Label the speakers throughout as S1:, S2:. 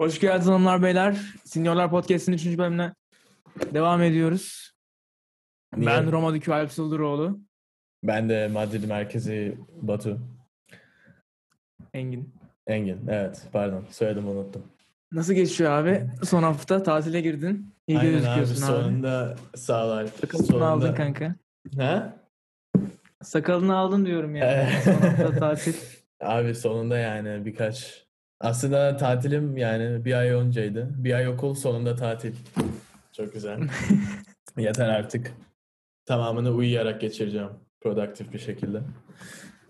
S1: Hoş geldiniz hanımlar beyler. Seniorlar Podcast'in 3. bölümüne devam ediyoruz.
S2: Niye?
S1: Ben Roma Dükü Alp Sıldıroğlu.
S2: Ben de Madrid merkezi Batu.
S1: Engin.
S2: Engin. Evet pardon. Söyledim unuttum.
S1: Nasıl geçiyor abi? Son hafta tatile girdin. İyi
S2: Aynen abi,
S1: gözüküyorsun abi.
S2: sonunda sağlar.
S1: Sakalını aldın kanka.
S2: Ha?
S1: Sakalını aldın diyorum ya.
S2: Evet.
S1: Son hafta tatil.
S2: Abi sonunda yani birkaç. Aslında tatilim yani bir ay önceydi. Bir ay okul sonunda tatil. Çok güzel. Yeter artık. Tamamını uyuyarak geçireceğim. Produktif bir şekilde.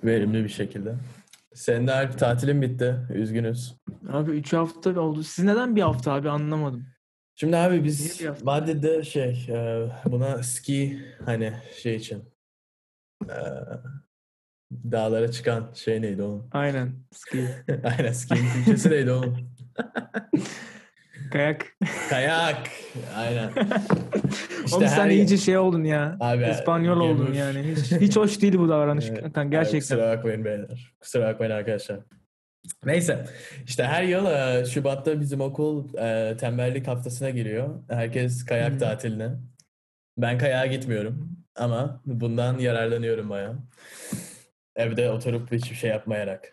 S2: Verimli bir şekilde. Senin de Alp tatilin bitti. Üzgünüz.
S1: Abi 3 hafta oldu. Siz neden bir hafta abi anlamadım.
S2: Şimdi abi
S1: Niye
S2: biz
S1: bir hafta?
S2: Madrid'de şey e, buna ski hani şey için e, dağlara çıkan şey neydi onun?
S1: Aynen. Ski.
S2: Aynen ski'nin Türkçesi neydi onun?
S1: Kayak.
S2: Kayak. Aynen. İşte
S1: Oğlum sen
S2: her-
S1: iyice şey oldun ya.
S2: Abi,
S1: İspanyol
S2: gümrük.
S1: oldun yani. Hiç, hiç hoş değil bu davranış.
S2: Evet.
S1: kanka,
S2: Abi
S1: gerçekten.
S2: kusura bakmayın beyler. Kusura bakmayın arkadaşlar. Neyse işte her yıl e, Şubat'ta bizim okul e, tembellik haftasına giriyor. Herkes kayak
S1: Hmm.
S2: tatiline. Ben kayağa gitmiyorum ama bundan yararlanıyorum bayağı. Evde oturup hiçbir şey yapmayarak.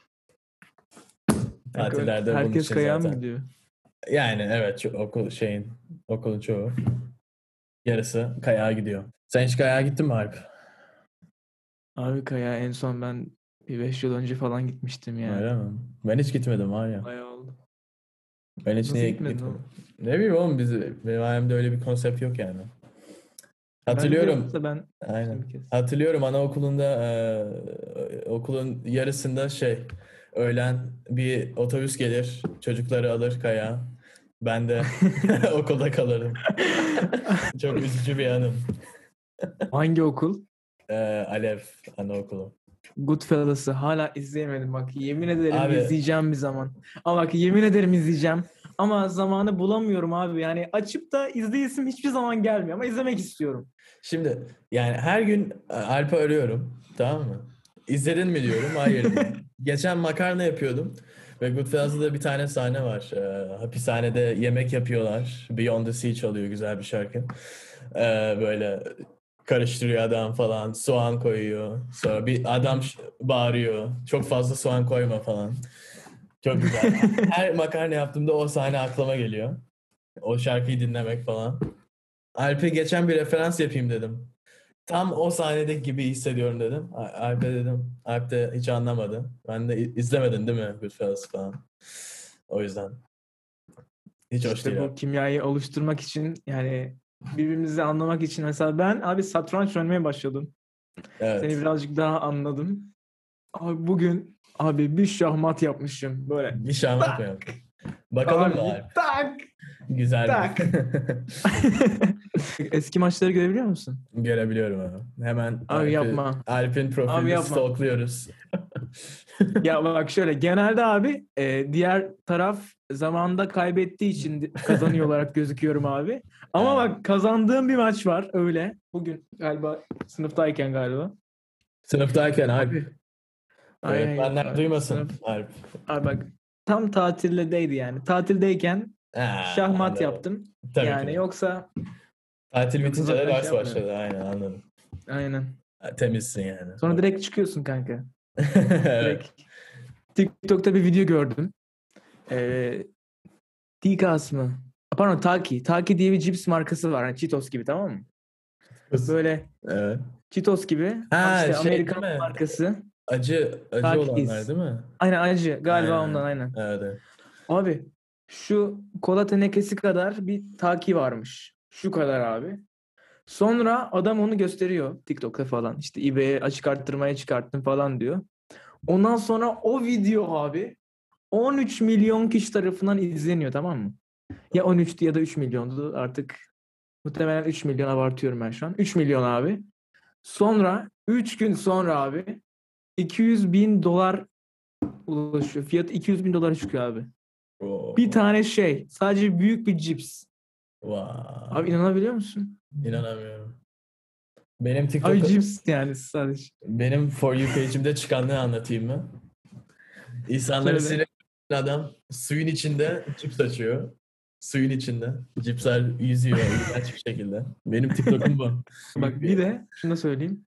S1: Kanka,
S2: Tatillerde bunun
S1: Herkes
S2: için
S1: kayağa mı
S2: zaten.
S1: gidiyor?
S2: Yani evet şu okul şeyin okulun çoğu yarısı kayağa gidiyor. Sen hiç kayağa gittin mi Alp?
S1: Abi Kaya en son ben bir 5 yıl önce falan gitmiştim yani.
S2: Öyle mi? Ben hiç gitmedim var ya.
S1: Bayağı oldu.
S2: Ben hiç
S1: Nasıl
S2: niye
S1: gitmedin
S2: gitmedim?
S1: oğlum?
S2: Ne bileyim oğlum biz benim ailemde öyle bir konsept yok yani. Hatırlıyorum.
S1: Ben, ben
S2: Aynen.
S1: bir kez.
S2: Hatırlıyorum anaokulunda e, okulun yarısında şey öğlen bir otobüs gelir çocukları alır kaya. Ben de okulda kalırım. Çok üzücü bir anım.
S1: Hangi okul?
S2: E, Alev anaokulu.
S1: Goodfellas'ı hala izleyemedim bak. Yemin ederim
S2: Abi-
S1: izleyeceğim bir zaman. Ama bak yemin ederim izleyeceğim. Ama zamanı bulamıyorum abi. Yani açıp da izleyesim hiçbir zaman gelmiyor ama izlemek istiyorum.
S2: Şimdi yani her gün Alp'i arıyorum. Tamam mı? İzledin mi diyorum. Hayır. diyor. Geçen makarna yapıyordum. Ve Goodfellas'da da bir tane sahne var. Ee, hapishanede yemek yapıyorlar. Beyond the Sea çalıyor güzel bir şarkı. Ee, böyle karıştırıyor adam falan. Soğan koyuyor. Sonra bir adam ş- bağırıyor. Çok fazla soğan koyma falan. Çok güzel. her makarna yaptığımda o sahne aklıma geliyor. O şarkıyı dinlemek falan. Alp'e geçen bir referans yapayım dedim. Tam o sahnedeki gibi hissediyorum dedim. A- Alp'e dedim. Alp de hiç anlamadı. Ben de i- izlemedin değil mi Goodfellas falan. O yüzden. Hiç hoş
S1: işte
S2: değil.
S1: bu kimyayı oluşturmak için yani birbirimizi anlamak için mesela ben abi satranç oynamaya başladım.
S2: Evet.
S1: Seni birazcık daha anladım. Abi bugün abi bir şahmat yapmışım böyle.
S2: Bir şey anlatmayalım. Bakalım
S1: Abi,
S2: mı Alp?
S1: tak.
S2: Güzel.
S1: tak.
S2: mi?
S1: Eski maçları görebiliyor musun?
S2: Görebiliyorum abi. Hemen
S1: Abi yapma.
S2: Alp'in profilini
S1: yapma.
S2: stalkluyoruz.
S1: ya bak şöyle genelde abi e, diğer taraf zamanda kaybettiği için di- kazanıyor olarak gözüküyorum abi. Ama
S2: Evet.
S1: bak kazandığım bir maç var öyle. Bugün galiba sınıftayken galiba.
S2: Sınıftayken Alp.
S1: Ay, ay,
S2: Öğretmenler
S1: ay,
S2: duymasın
S1: sınıf-
S2: Alp.
S1: Abi bak tam tatildeydi yani. Tatildeyken
S2: Ha,
S1: şahmat
S2: anladım.
S1: yaptım.
S2: Tabii
S1: yani
S2: ki.
S1: yoksa
S2: Tatil
S1: Yoksa
S2: bitince de
S1: zaten
S2: ders
S1: şey
S2: başladı. Aynen anladım.
S1: aynen.
S2: Ha, Temizsin yani.
S1: Sonra direkt çıkıyorsun kanka.
S2: Evet.
S1: Direkt. TikTok'ta bir video gördüm. Ee, Tikas mı? Pardon Taki. Taki diye bir cips markası var. Yani Cheetos gibi tamam mı? Böyle
S2: Evet.
S1: Cheetos gibi.
S2: Ha,
S1: işte
S2: şey
S1: Amerikan
S2: değil mi?
S1: markası.
S2: Acı, acı
S1: Takiz.
S2: olanlar değil mi?
S1: Aynen acı. Galiba
S2: Aynen.
S1: ondan aynen.
S2: Evet. evet.
S1: Abi şu kola tenekesi kadar bir taki varmış. Şu kadar abi. Sonra adam onu gösteriyor TikTok'ta falan. İşte eBay'e açık arttırmaya çıkarttım falan diyor. Ondan sonra o video abi 13 milyon kişi tarafından izleniyor tamam mı? Ya 13'tü ya da 3 milyondu artık. Muhtemelen 3 milyon abartıyorum ben şu an. 3 milyon abi. Sonra 3 gün sonra abi 200 bin dolar ulaşıyor. Fiyat 200 bin dolara çıkıyor abi.
S2: Oo.
S1: Bir tane şey. Sadece büyük bir cips.
S2: Oh, Vay.
S1: Abi inanabiliyor musun?
S2: İnanamıyorum. Benim
S1: Abi
S2: TikTok'ta
S1: cips yani sadece.
S2: Benim For You page'imde çıkanları anlatayım mı? İnsanları
S1: Söyle.
S2: sinir, adam suyun içinde cips açıyor. Suyun içinde. Cipsler yüzüyor iğrenç bir şekilde. Benim TikTok'um bu.
S1: Bak bir de şunu da söyleyeyim.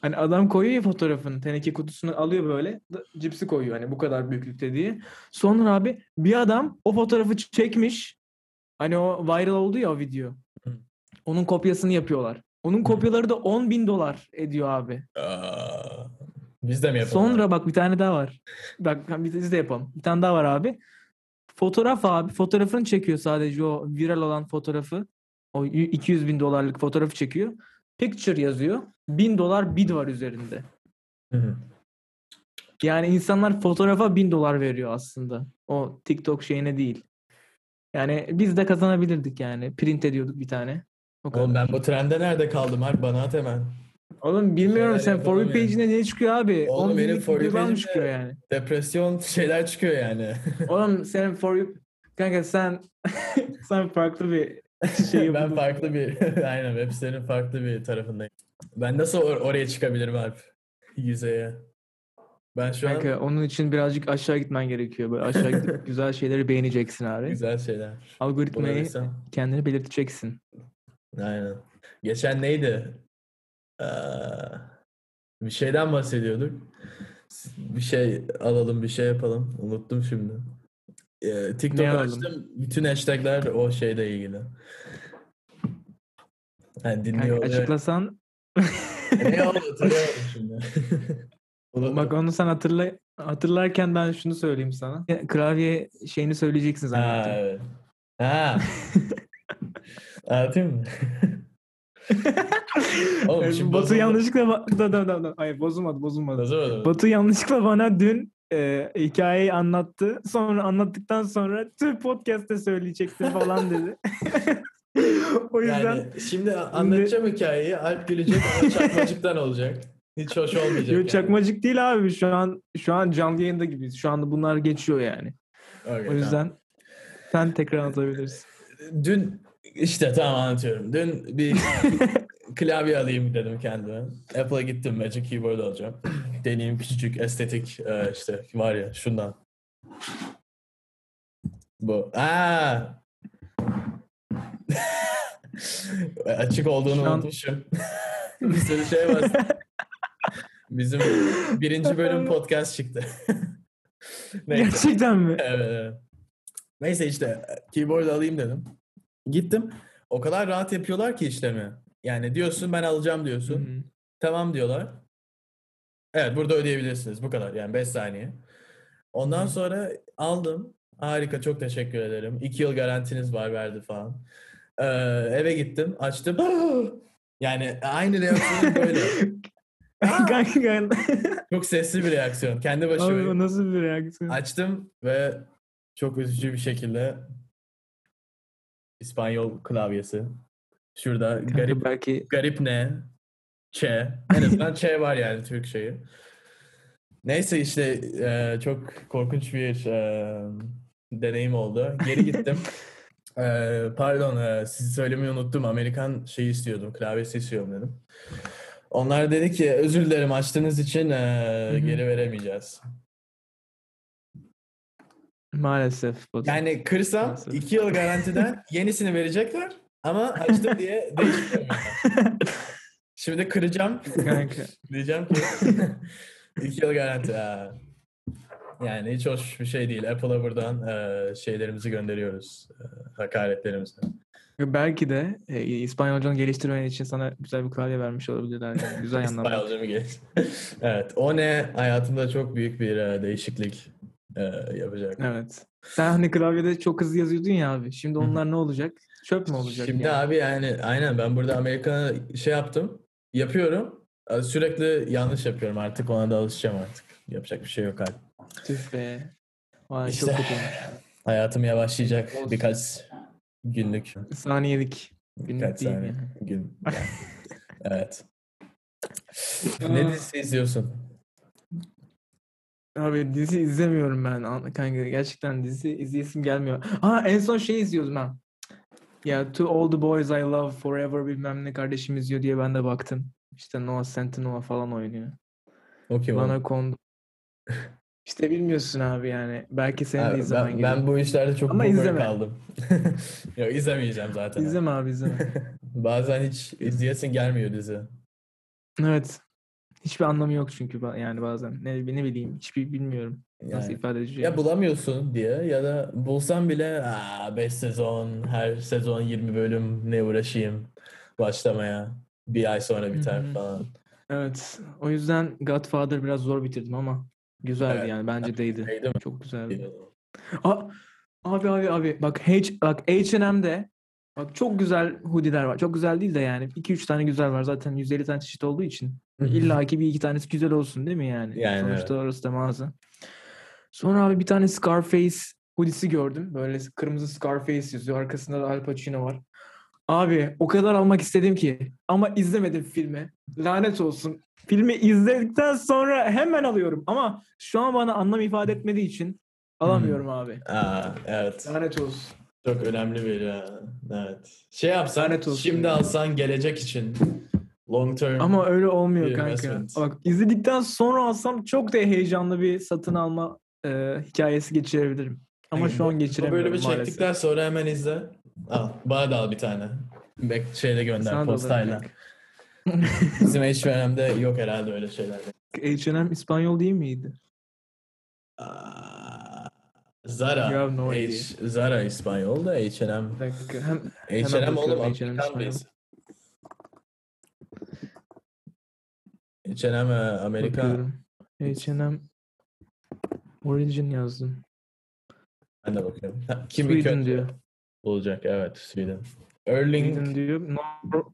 S1: Hani adam koyuyor ya fotoğrafını. Teneke kutusunu alıyor böyle. da- Cipsi koyuyor hani bu kadar büyüklükte diye. Sonra abi bir adam o fotoğrafı ç- çekmiş. Hani o viral oldu ya o video.
S2: Hı.
S1: Onun kopyasını yapıyorlar. Onun kopyaları da 10 bin dolar ediyor abi.
S2: Aa, biz de mi yapalım?
S1: Sonra bak bir tane daha var. Bak ben bir biz de yapalım. Bir tane daha var abi. Fotoğraf abi. Fotoğrafını çekiyor sadece o viral olan fotoğrafı. O y- 200 bin dolarlık fotoğrafı çekiyor. Picture yazıyor. 1000 dolar bid var üzerinde.
S2: Hı hı.
S1: Yani insanlar fotoğrafa 1000 dolar veriyor aslında. O TikTok şeyine değil. Yani biz de kazanabilirdik yani. Print ediyorduk bir tane. O kadar.
S2: Oğlum ben bu trende nerede kaldım Alp? Bana at hemen.
S1: Oğlum bilmiyorum
S2: Şeyler
S1: sen For You
S2: yapalım yani.
S1: page'ine ne çıkıyor abi?
S2: Oğlum
S1: 10
S2: benim
S1: binlik
S2: For You
S1: videolar mı
S2: page'imde-
S1: çıkıyor yani?
S2: Depresyon şeyler çıkıyor yani.
S1: Oğlum senin for you... Kanka sen sen farklı bir şey
S2: ben farklı bir, aynen web sitenin farklı bir tarafındayım. Ben nasıl or- oraya çıkabilirim Alp? Yüzeye. Ben şu an
S1: Kanka onun için birazcık aşağı gitmen gerekiyor. Böyle aşağı gidip güzel şeyleri beğeneceksin abi.
S2: güzel şeyler.
S1: Algoritmayı
S2: bulabilsem.
S1: kendini belirteceksin.
S2: Aynen. Geçen neydi? Ee, bir şeyden bahsediyorduk. Bir şey alalım, bir şey yapalım. Unuttum şimdi. Ee, TikTok
S1: Ne alalım?
S2: açtım. Bütün hashtagler o şeyle ilgili. Yani
S1: Kanka
S2: dinliyor. oluyor.
S1: açıklasan
S2: Ne oldu? Hatırlayamadım şimdi. Unuttum.
S1: bak onu sen hatırla hatırlarken ben şunu söyleyeyim sana. Ya, Klavye şeyini söyleyeceksin
S2: Ha,
S1: zannettim.
S2: evet. Ha. Anlatayım mı? Oğlum
S1: Evet,
S2: şimdi
S1: Batu
S2: bozuldu.
S1: yanlışlıkla ba- da, da, da, da. Hayır bozulmadı bozulmadı.
S2: Anlatamadım.
S1: Batu yanlışlıkla bana dün e, hikayeyi anlattı. Sonra anlattıktan sonra tüm podcast'te söyleyecekti falan dedi. o yüzden
S2: Yani şimdi anlatacağım hikayeyi. Alp gülecek ama çakmacıktan olacak. Hiç hoş olmayacak.
S1: Yo,
S2: yani.
S1: çakmacık değil abi şu an şu an canlı yayında gibiyiz. Şu anda bunlar geçiyor yani.
S2: Okey,
S1: O
S2: tamam.
S1: yüzden sen tekrar anlatabilirsin.
S2: Dün işte tamam anlatıyorum. Dün bir klavye alayım dedim kendime. Apple'a gittim Magic Keyboard alacağım. Deneyim küçücük estetik e, işte var ya şundan. Bu. Aa! Açık olduğunu
S1: Şu an-
S2: unutmuşum. Bir sürü şey var. Bizim birinci bölüm podcast çıktı. Neyse.
S1: Gerçekten mi?
S2: Evet. Neyse işte keyboard alayım dedim. Gittim. O kadar rahat yapıyorlar ki işlemi. Yani diyorsun ben alacağım diyorsun.
S1: Hı.
S2: Tamam diyorlar. Evet burada ödeyebilirsiniz. Bu kadar yani 5 saniye. Ondan sonra aldım. Harika çok teşekkür ederim. 2 yıl garantiniz var verdi falan. Ee, eve gittim açtım. yani aynı reaksiyon böyle.
S1: Kanka, kanka.
S2: Çok sesli bir reaksiyon. Kendi başıma.
S1: Abi o nasıl bir şey reaksiyon?
S2: Açtım ve çok üzücü bir şekilde İspanyol klavyesi. Şurada
S1: Kanka
S2: garip
S1: belki
S2: garip ne? Ç. En azından Ç var yani Türk şeyi. Neyse işte e, çok korkunç bir e, deneyim oldu. Geri gittim. E, pardon e, sizi söylemeyi unuttum. Amerikan şeyi istiyordum. Klavyesi istiyorum dedim. Onlar dedi ki özür dilerim açtığınız için e,
S1: hı.
S2: geri veremeyeceğiz.
S1: maalesef. Batu.
S2: Yani kırsam
S1: Nasıl?
S2: 2 yıl garantiden yenisini verecekler ama açtım diye değiştirmiyorlar. Şimdi kıracağım.
S1: Kanka.
S2: Diyeceğim ki 2 yıl garanti. Ha. Yani hiç hoş bir şey değil. Apple'a buradan e, şeylerimizi gönderiyoruz. e, hakaretlerimizi.
S1: Belki de e, İspanyolcanı geliştirmen için sana güzel bir klavye vermiş olabilirler. Yani. Güzel yandan.
S2: İspanyolca mı geç? evet. O ne? Hayatımda çok büyük bir e, değişiklik e, yapacak.
S1: Evet. Sen hani klavyede çok hızlı yazıyordun ya abi. Şimdi
S2: Hı hı.
S1: onlar ne olacak? Çöp mü olacak?
S2: Şimdi
S1: yani?
S2: abi yani aynen ben burada Amerika şey yaptım. Yapıyorum. E, Sürekli yanlış yapıyorum artık. Ona da alışacağım artık. Yapacak bir şey yok abi.
S1: Tüh be. Vay
S2: İşte.
S1: çok kötü.
S2: Hayatım yavaşlayacak
S1: Olsun.
S2: birkaç günlük.
S1: Saniyelik. Günlük
S2: Birkaç
S1: değil
S2: saniye.
S1: yani.
S2: Gün. yani. evet. ne
S1: Aa.
S2: dizisi izliyorsun?
S1: Abi dizi izlemiyorum ben. An- Kanka gerçekten dizi izleyesim gelmiyor. Ha en son şey izliyordum ha. Ya To All The Boys I Love Forever bilmem ne kardeşim izliyor diye ben de baktım. İşte Noah Centineo falan oynuyor.
S2: Okey.
S1: Lana
S2: Bana...
S1: Condor. İşte bilmiyorsun abi yani. Belki seni
S2: Abi
S1: de izlemen
S2: ben,
S1: gerekiyor.
S2: ben bu işlerde çok
S1: Ama
S2: Ama
S1: izleme.
S2: kaldım. Yok izlemeyeceğim zaten.
S1: İzleme abi izleme.
S2: Bazen hiç izleyesin gelmiyor dizi.
S1: evet. Hiçbir anlamı yok çünkü ba- yani bazen. Ne, ne bileyim hiçbir bilmiyorum nasıl
S2: Yani.
S1: ifade edeceğim.
S2: Ya bulamıyorsun diye ya da bulsan bile 5 sezon, her sezon 20 bölüm ne uğraşayım başlamaya. Bir ay sonra biter
S1: Hı hı.
S2: falan.
S1: Evet. O yüzden Godfather biraz zor bitirdim ama güzeldi
S2: Evet.
S1: yani. Bence değdi.
S2: Neydi Şey mi?
S1: Çok güzeldi. A- abi abi abi bak H bak H&M'de bak çok güzel hoodie'ler var. Çok güzel değil de yani 2 3 tane güzel var. Zaten 150 tane çeşit olduğu için illa ki bir iki tanesi güzel olsun değil mi yani?
S2: Yani
S1: Sonuçta orası da mağaza. Sonra abi bir tane Scarface hoodie'si gördüm. Böyle kırmızı Scarface yazıyor. Arkasında da Al Pacino var. Abi o kadar almak istedim ki ama izlemedim filmi. Lanet olsun. Filmi izledikten sonra hemen alıyorum ama şu an bana anlam ifade etmediği için alamıyorum abi.
S2: Aa, evet.
S1: Lanet olsun.
S2: Çok önemli bir ya. Evet. Şey yapsan
S1: Lanet olsun
S2: şimdi
S1: ya.
S2: alsan gelecek için long term.
S1: Ama öyle olmuyor
S2: Bir
S1: kanka.
S2: investment.
S1: Bak izledikten sonra alsam çok da heyecanlı bir satın alma e, hikayesi geçirebilirim. Ama
S2: Yani
S1: şu
S2: Hani bu-
S1: an
S2: bu
S1: geçiremiyorum
S2: bölümü
S1: maalesef.
S2: şey çektikten sonra hemen izle. Al, bana da al bir tane. Bek şeyle gönder
S1: Sana da
S2: postayla.
S1: olacak.
S2: Bizim H&M'de yok herhalde öyle şeyler.
S1: H&M İspanyol değil miydi?
S2: Aa, Ee, Zara.
S1: You have no
S2: H-
S1: idea.
S2: Zara İspanyol da H&M.
S1: Bir dakika. Hem
S2: H&M oğlum
S1: bakıyorum,
S2: Amerikan
S1: H&M
S2: birisi. H&M e, Amerika.
S1: bakıyorum. H&M Origin yazdım.
S2: Ben de bakıyorum. Ha, Kimin
S1: Sweden
S2: kötü
S1: diyor.
S2: olacak? Evet Sweden. Erling e,
S1: Sweden diyor. Nor-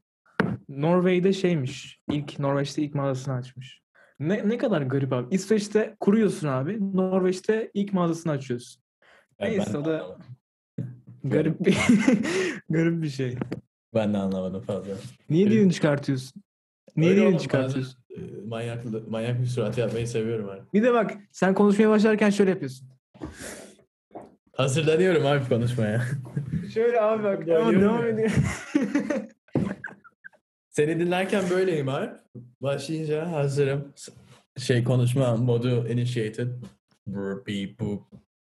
S1: Norveç'te şeymiş. İlk Norveç'te ilk mağazasını açmış. Ne, ne kadar garip abi. İsveç'te kuruyorsun abi. Norveç'te ilk mağazasını açıyorsun.
S2: Ya
S1: Neyse,
S2: ben, de
S1: o da-
S2: anlamadım.
S1: Garip bir garip bir şey.
S2: ben de anlamadım fazla.
S1: Niye
S2: Garip.
S1: düğün çıkartıyorsun? Niye
S2: Öyle oğlum,
S1: düğün
S2: bazen,
S1: çıkartıyorsun?
S2: e, Manyak, manyak bir surat yapmayı seviyorum abi.
S1: Bir de bak sen konuşmaya başlarken şöyle yapıyorsun.
S2: Hazırlanıyorum abi konuşmaya.
S1: Şöyle abi bak.
S2: Ya,
S1: Ama
S2: yürü
S1: devam
S2: ya.
S1: ediyor.
S2: Seni dinlerken böyleyim abi. Başlayınca hazırım. Şey konuşma modu initiated. Brr, beep, boop.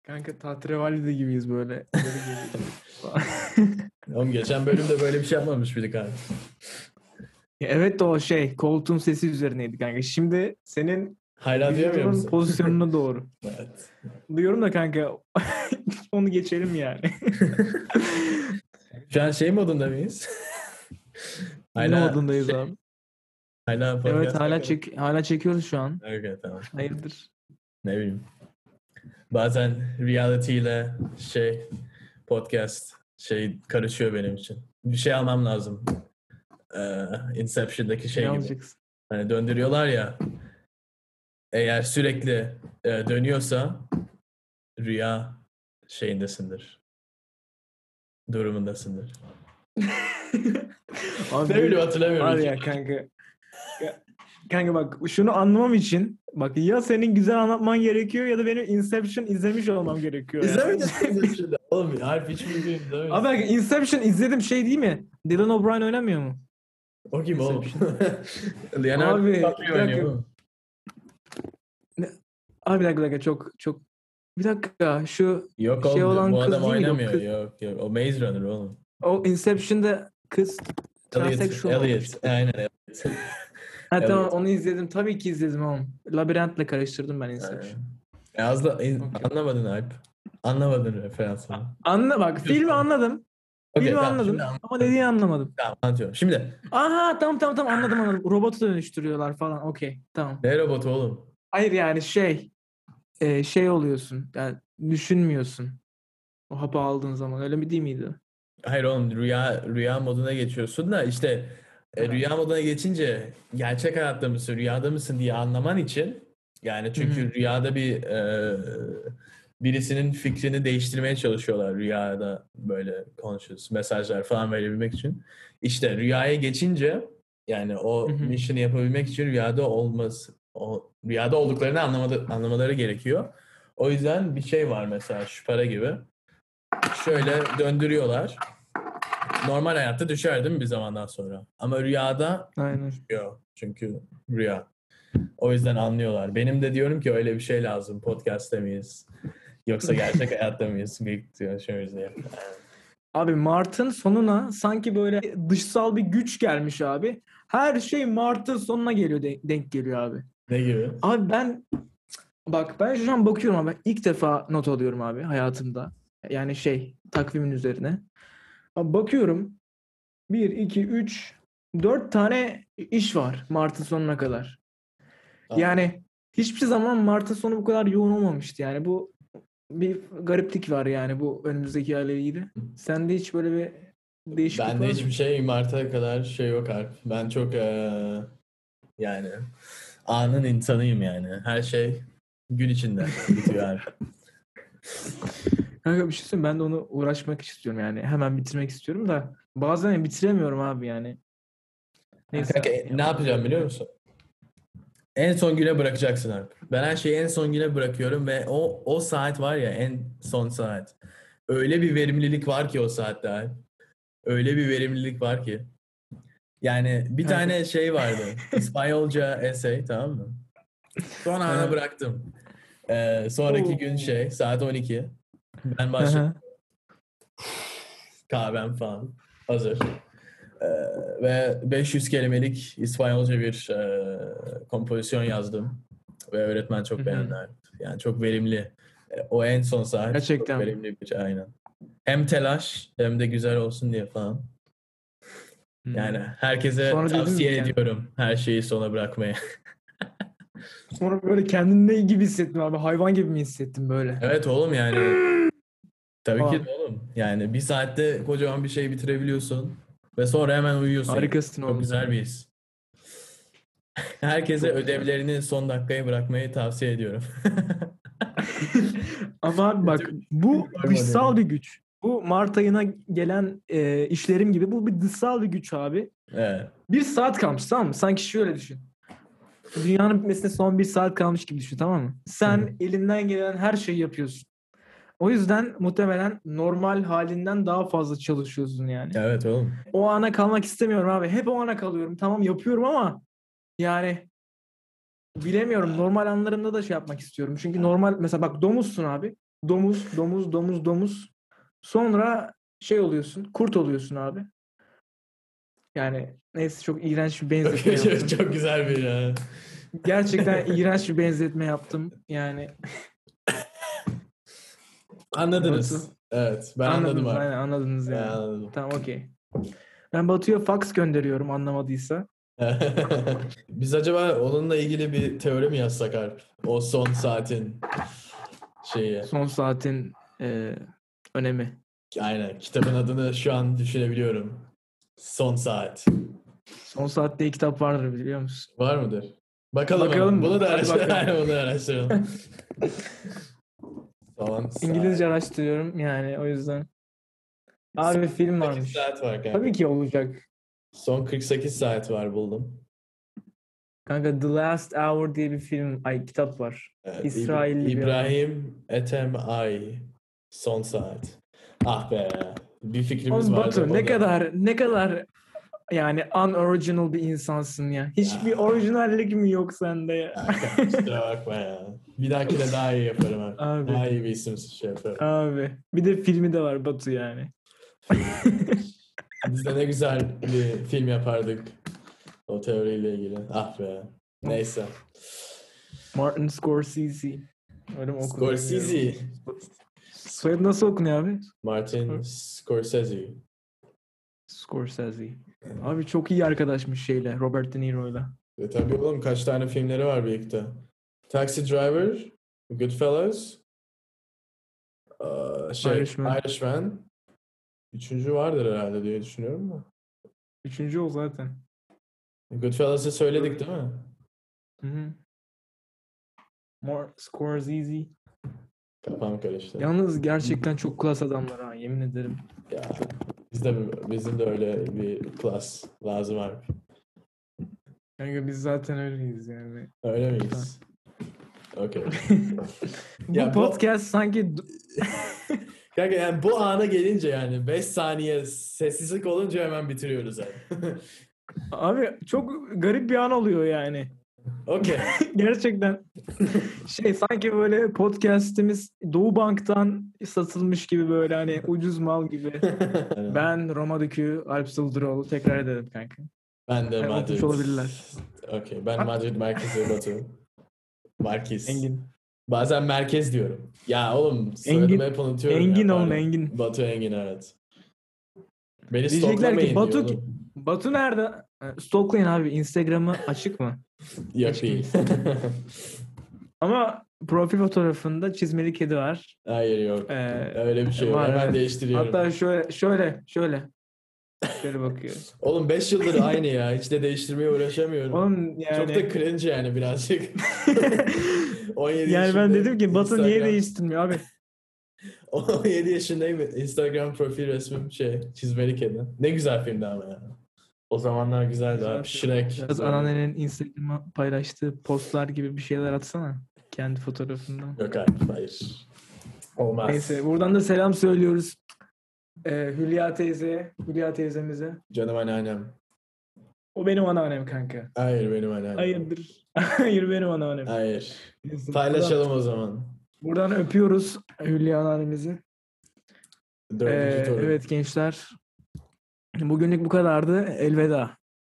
S1: Kanka tahterevalli de gibiyiz böyle. şey. Böyle geliyor.
S2: Oğlum geçen bölümde böyle bir şey yapmamış mıydık abi?
S1: Ya evet de o şey koltuğun sesi üzerineydi kanka. Şimdi senin
S2: Hala diyemiyor
S1: vücudunun
S2: musun?
S1: pozisyonuna doğru.
S2: Evet.
S1: Diyorum da kanka onu geçelim yani.
S2: Şu an şey modunda mıyız?
S1: Ne modundayız abi.
S2: Hala
S1: Evet
S2: şey podcast
S1: hala
S2: yapıyoruz.
S1: çek hala çekiyoruz şu an.
S2: Okay, tamam.
S1: Hayırdır?
S2: Ne bileyim. Bazen reality ile şey podcast şey karışıyor benim için. Bir şey almam lazım. Ee, Inception'daki şey
S1: ne
S2: gibi.
S1: alacaksın?
S2: Hani döndürüyorlar ya. Eğer sürekli e, dönüyorsa rüya şeyindesindir. Durumundasındır.
S1: Abi,
S2: Ne bileyim hatırlamıyorum.
S1: Var ya kanka. Ya- Kanka bak şunu anlamam için bak ya senin güzel anlatman gerekiyor ya da benim Inception izlemiş olmam gerekiyor. ya.
S2: İzlemeyeceksiniz şimdi. Oğlum Alp hiç bildiğim izlemeyiz.
S1: Abi bak Inception izledim şey değil mi? Dylan O'Brien oynamıyor mu?
S2: o kim oğlum? Leonardo
S1: Abi,
S2: DiCaprio
S1: bir
S2: oynuyor
S1: dakika.
S2: oğlum.
S1: Abi bir dakika bir dakika çok çok bir dakika şu
S2: Yok
S1: Şey
S2: oğlum
S1: olan
S2: bu
S1: kız
S2: adam
S1: değil miydi o
S2: oynamıyor.
S1: kız?
S2: Yok yok. O Maze Runner oğlum.
S1: o Inception'da kız
S2: Elliot.
S1: Transsexual
S2: Elliot. Aynen Elliot.
S1: ha
S2: Evet.
S1: tamam onu izledim tabii ki izledim oğlum. Labirentle karıştırdım ben Inception.
S2: E, az da- in-
S1: Okey.
S2: anlamadın Alp. Anlamadın referansını.
S1: Anla bak filmi anladım. Filmi
S2: Okey, tamam,
S1: anladım
S2: şimdi an-
S1: ama dediğini anlamadım.
S2: tamam, anlatıyorum. Şimdi
S1: Aha tamam tamam tamam anladım anladım. Robotu dönüştürüyorlar falan okey tamam.
S2: ne robotu oğlum?
S1: Hayır yani şey e, şey oluyorsun yani düşünmüyorsun. O hapı aldığın zaman öyle mi değil miydi?
S2: Hayır oğlum rüya rüya moduna geçiyorsun da işte e,
S1: Evet.
S2: rüya moduna geçince gerçek hayatta mısın rüyada mısın diye anlaman için yani çünkü
S1: Hı.
S2: rüyada bir e, birisinin fikrini değiştirmeye çalışıyorlar rüyada böyle conscious mesajlar falan verebilmek için. İşte rüyaya geçince yani o
S1: Hı hı.
S2: mission'ı yapabilmek için rüyada olması o, rüyada olduklarını anlamadı, anlamaları gerekiyor. O yüzden bir şey var mesela şu para gibi. Şöyle döndürüyorlar. Normal hayatta düşer değil mi bir zamandan sonra? Ama rüyada
S1: Aynen.
S2: yok. Çünkü rüya. O yüzden anlıyorlar. Benim de diyorum ki öyle bir şey lazım. Podcast'te miyiz? Yoksa gerçek hayatta mıyız? Büyük diyor, şöyle şey diye.
S1: Abi Mart'ın sonuna sanki böyle dışsal bir güç gelmiş abi. Her şey Mart'ın sonuna geliyor de- denk geliyor abi.
S2: Ne gibi?
S1: Abi ben bak ben şu an bakıyorum abi ilk defa not alıyorum abi hayatımda. Yani şey takvimin üzerine. Abi bakıyorum 1, 2, 3, 4 tane iş var Mart'ın sonuna kadar.
S2: Aa.
S1: Yani hiçbir zaman Mart'ın sonu bu kadar yoğun olmamıştı. Yani bu bir gariplik var yani bu önümüzdeki ayla ilgili. Sende hiç böyle bir değişiklik
S2: Ben
S1: var
S2: de
S1: mı?
S2: hiçbir şey Mart'a kadar şey yok artık. Ben çok eee, yani anın insanıyım yani. Her şey gün içinde bitiyor şey. abi.
S1: Kanka bir şey söyleyeyim ben de onu uğraşmak istiyorum yani hemen bitirmek istiyorum da bazen bitiremiyorum abi yani. Neyse.
S2: Kanka, e, ne yapacağım biliyor musun? En son güne bırakacaksın artık. Ben her şeyi en son güne bırakıyorum ve o o saat var ya en son saat. Öyle bir verimlilik var ki o saatte abi. Öyle bir verimlilik var ki. Yani bir
S1: Kanka.
S2: tane şey vardı. İspanyolca essay tamam mı? Son ana
S1: Evet.
S2: bıraktım. Ee, sonraki
S1: Oo.
S2: gün şey saat 12. Ben
S1: Aha.
S2: başladım. kahvem falan hazır. Ee, ve 500 kelimelik İspanyolca bir e, kompozisyon yazdım. Ve öğretmen
S1: Hı
S2: çok
S1: hı.
S2: beğendi. Yani çok verimli. E, O en son saat
S1: Gerçekten.
S2: çok verimli bir şey aynen. Hem telaş hem de güzel olsun diye falan.
S1: Hmm.
S2: Yani herkese
S1: Sonra dedin mi
S2: tavsiye
S1: yani?
S2: ediyorum her şeyi sona bırakmaya.
S1: Sonra böyle kendini ne gibi hissettin abi? Hayvan gibi mi hissettin böyle?
S2: evet oğlum yani. Tabii ki
S1: Aa.
S2: de oğlum. Yani bir saatte kocaman bir şey bitirebiliyorsun. Ve sonra hemen uyuyorsun.
S1: Harikasın
S2: Çok
S1: oğlum.
S2: güzel bir his. Herkese ödevlerini son dakikaya bırakmayı tavsiye ediyorum.
S1: Ama abi bak
S2: şey
S1: bu
S2: Normal
S1: dışsal bir güç. Bu Mart ayına gelen e, işlerim gibi bu bir dışsal bir güç abi.
S2: evet.
S1: Bir saat kalmış tamam mı? Sanki şöyle düşün. Dünyanın bitmesine son bir saat kalmış gibi düşün tamam mı? Sen
S2: Hı.
S1: elinden gelen her şeyi yapıyorsun. O yüzden muhtemelen normal halinden daha fazla çalışıyorsun yani.
S2: Evet oğlum.
S1: O ana kalmak istemiyorum abi. Hep o ana kalıyorum. Tamam yapıyorum ama yani bilemiyorum. Normal anlarımda da şey yapmak istiyorum. Çünkü normal mesela bak domuzsun abi. Domuz, domuz, domuz, domuz. Sonra şey oluyorsun. Kurt oluyorsun abi. Yani neyse çok iğrenç bir benzetme yaptım.
S2: Çok güzel bir ya.
S1: Gerçekten iğrenç bir benzetme yaptım. Yani
S2: Anladınız.
S1: Nasıl?
S2: Evet. Ben
S1: anladınız,
S2: anladım abi.
S1: aynen, anladınız
S2: Ben
S1: yani.
S2: anladım.
S1: Tamam okey. Ben Batu'ya fax gönderiyorum anlamadıysa.
S2: Biz acaba onunla ilgili bir teori mi yazsak Alp? O son saatin şeyi.
S1: Son saatin e, önemi.
S2: Aynen. Kitabın adını şu an düşünebiliyorum. Son saat.
S1: Son saatte iyi kitap vardır biliyor musun?
S2: Var mıdır? Bakalım.
S1: Bakalım
S2: ama.
S1: mı?
S2: Bunu da
S1: Hadi
S2: araştıralım.
S1: bakalım.
S2: Aynen, Bunu da araştıralım. Son saat.
S1: İngilizce araştırıyorum yani o yüzden. Abi
S2: 48
S1: film varmış.
S2: saat var kanka.
S1: Tabii ki olacak.
S2: Son 48 saat var buldum.
S1: Kanka The Last Hour diye bir film, ay kitap var.
S2: Evet,
S1: İsrailli bir
S2: Ee, İbrahim Ethem Ay. Son saat. Ah be. Bir fikrimiz
S1: Oğlum
S2: vardı.
S1: Batu ne
S2: Oldu.
S1: kadar ne kadar yani unoriginal bir insansın ya. Hiçbir orijinallik mi yok sende ya?
S2: Kanka, Kusura bakma ya. Bir dahakine daha iyi yaparım abi.
S1: Abi.
S2: Daha iyi bir isim şey yaparım.
S1: Abi bir de filmi de var Batu yani.
S2: Biz de ne güzel bir film yapardık. O teoriyle ilgili. Ah be. Neyse.
S1: Martin Scorsese. Öyle mi okunuyor?
S2: Scorsese.
S1: Soyadı nasıl okunuyor abi?
S2: Martin Scorsese.
S1: Scorsese. Abi çok iyi arkadaşmış şeyle Robert De Niro'yla.
S2: E tabii oğlum kaç tane filmleri var birlikte. Taxi Driver, Goodfellas, eee, şey,
S1: Irishman.
S2: Irishman. Üçüncü vardır herhalde diye düşünüyorum da.
S1: Üçüncü o zaten.
S2: Goodfellas'ı söyledik değil mi?
S1: Hı-hı. More Scorsese.
S2: Kafam karıştı.
S1: Yalnız gerçekten çok klas adamlar ha yemin ederim.
S2: Ya, biz de, bizim de öyle bir klas lazım abi.
S1: Kanka biz zaten öyleyiz yani.
S2: Öyle miyiz? Okey.
S1: Bu
S2: Ya bu-
S1: podcast sanki du-
S2: Kanka yani bu ana gelince yani 5 saniye sessizlik olunca hemen bitiriyoruz abi.
S1: abi çok garip bir an oluyor yani.
S2: Okey.
S1: Gerçekten şey sanki böyle podcast'imiz Doğu Bank'tan satılmış gibi böyle hani ucuz mal gibi. Ben Roma Dükü Alp Sıldıroğlu tekrar edelim kanka.
S2: ben de
S1: Ben
S2: Madrid.
S1: atmış olabilirler.
S2: Okey. Ben Madrid merkezi Batu. Markiz.
S1: Engin.
S2: Bazen merkez diyorum. Ya oğlum soyadımı hep unutuyorum. ya,
S1: Engin oğlum
S2: pardon.
S1: Engin.
S2: Batu Engin evet. Beni
S1: Diyecekler ki,
S2: stoklamayın
S1: Batu
S2: diyor
S1: ki-
S2: oğlum.
S1: Batu nerede? Stalklayın abi Instagram'ı açık mı?
S2: Yok değil.
S1: şey. Ama profil fotoğrafında çizmeli kedi var.
S2: Hayır yok.
S1: Ee,
S2: Öyle bir şey yok.
S1: var,
S2: Hemen
S1: evet.
S2: değiştiriyorum.
S1: hatta şöyle şöyle şöyle. Şöyle bakıyor.
S2: Oğlum 5 yıldır aynı ya. Hiç de değiştirmeye uğraşamıyorum.
S1: Oğlum yani.
S2: Çok da cringe yani birazcık. 17
S1: yani ben
S2: yaşındayım.
S1: dedim ki Batu niye
S2: şey Instagram-
S1: değiştirmiyor abi?
S2: 17 yaşındayım. Instagram profil resmim şey çizmeli kedi. Ne güzel filmdi ama ya. O zamanlar güzeldi
S1: Güzel
S2: abi.
S1: film.
S2: Shrek.
S1: şey Biraz anneannenin Instagram'a paylaştığı postlar gibi bir şeyler atsana. Kendi fotoğrafından.
S2: Yok hayır. hayır. Olmaz.
S1: Neyse buradan da selam söylüyoruz. Ee, Hülya teyze, Hülya teyzemize.
S2: Canım anneannem.
S1: O benim anneannem kanka.
S2: Hayır benim anneannem.
S1: Hayırdır? Hayır benim anneannem.
S2: Hayır.
S1: Neyse,
S2: Paylaşalım o zaman.
S1: Buradan, buradan öpüyoruz Hülya anneannemizi.
S2: Dördüncü
S1: Ee,
S2: torun. Evet.
S1: evet gençler. Bugünlük bu kadardı. Elveda.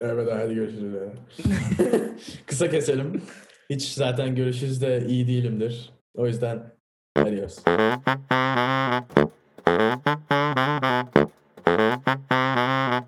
S2: Evet hadi görüşürüz. ya. Kısa keselim. Hiç zaten görüşürüz de iyi değilimdir. O yüzden adios.
S3: Thank you.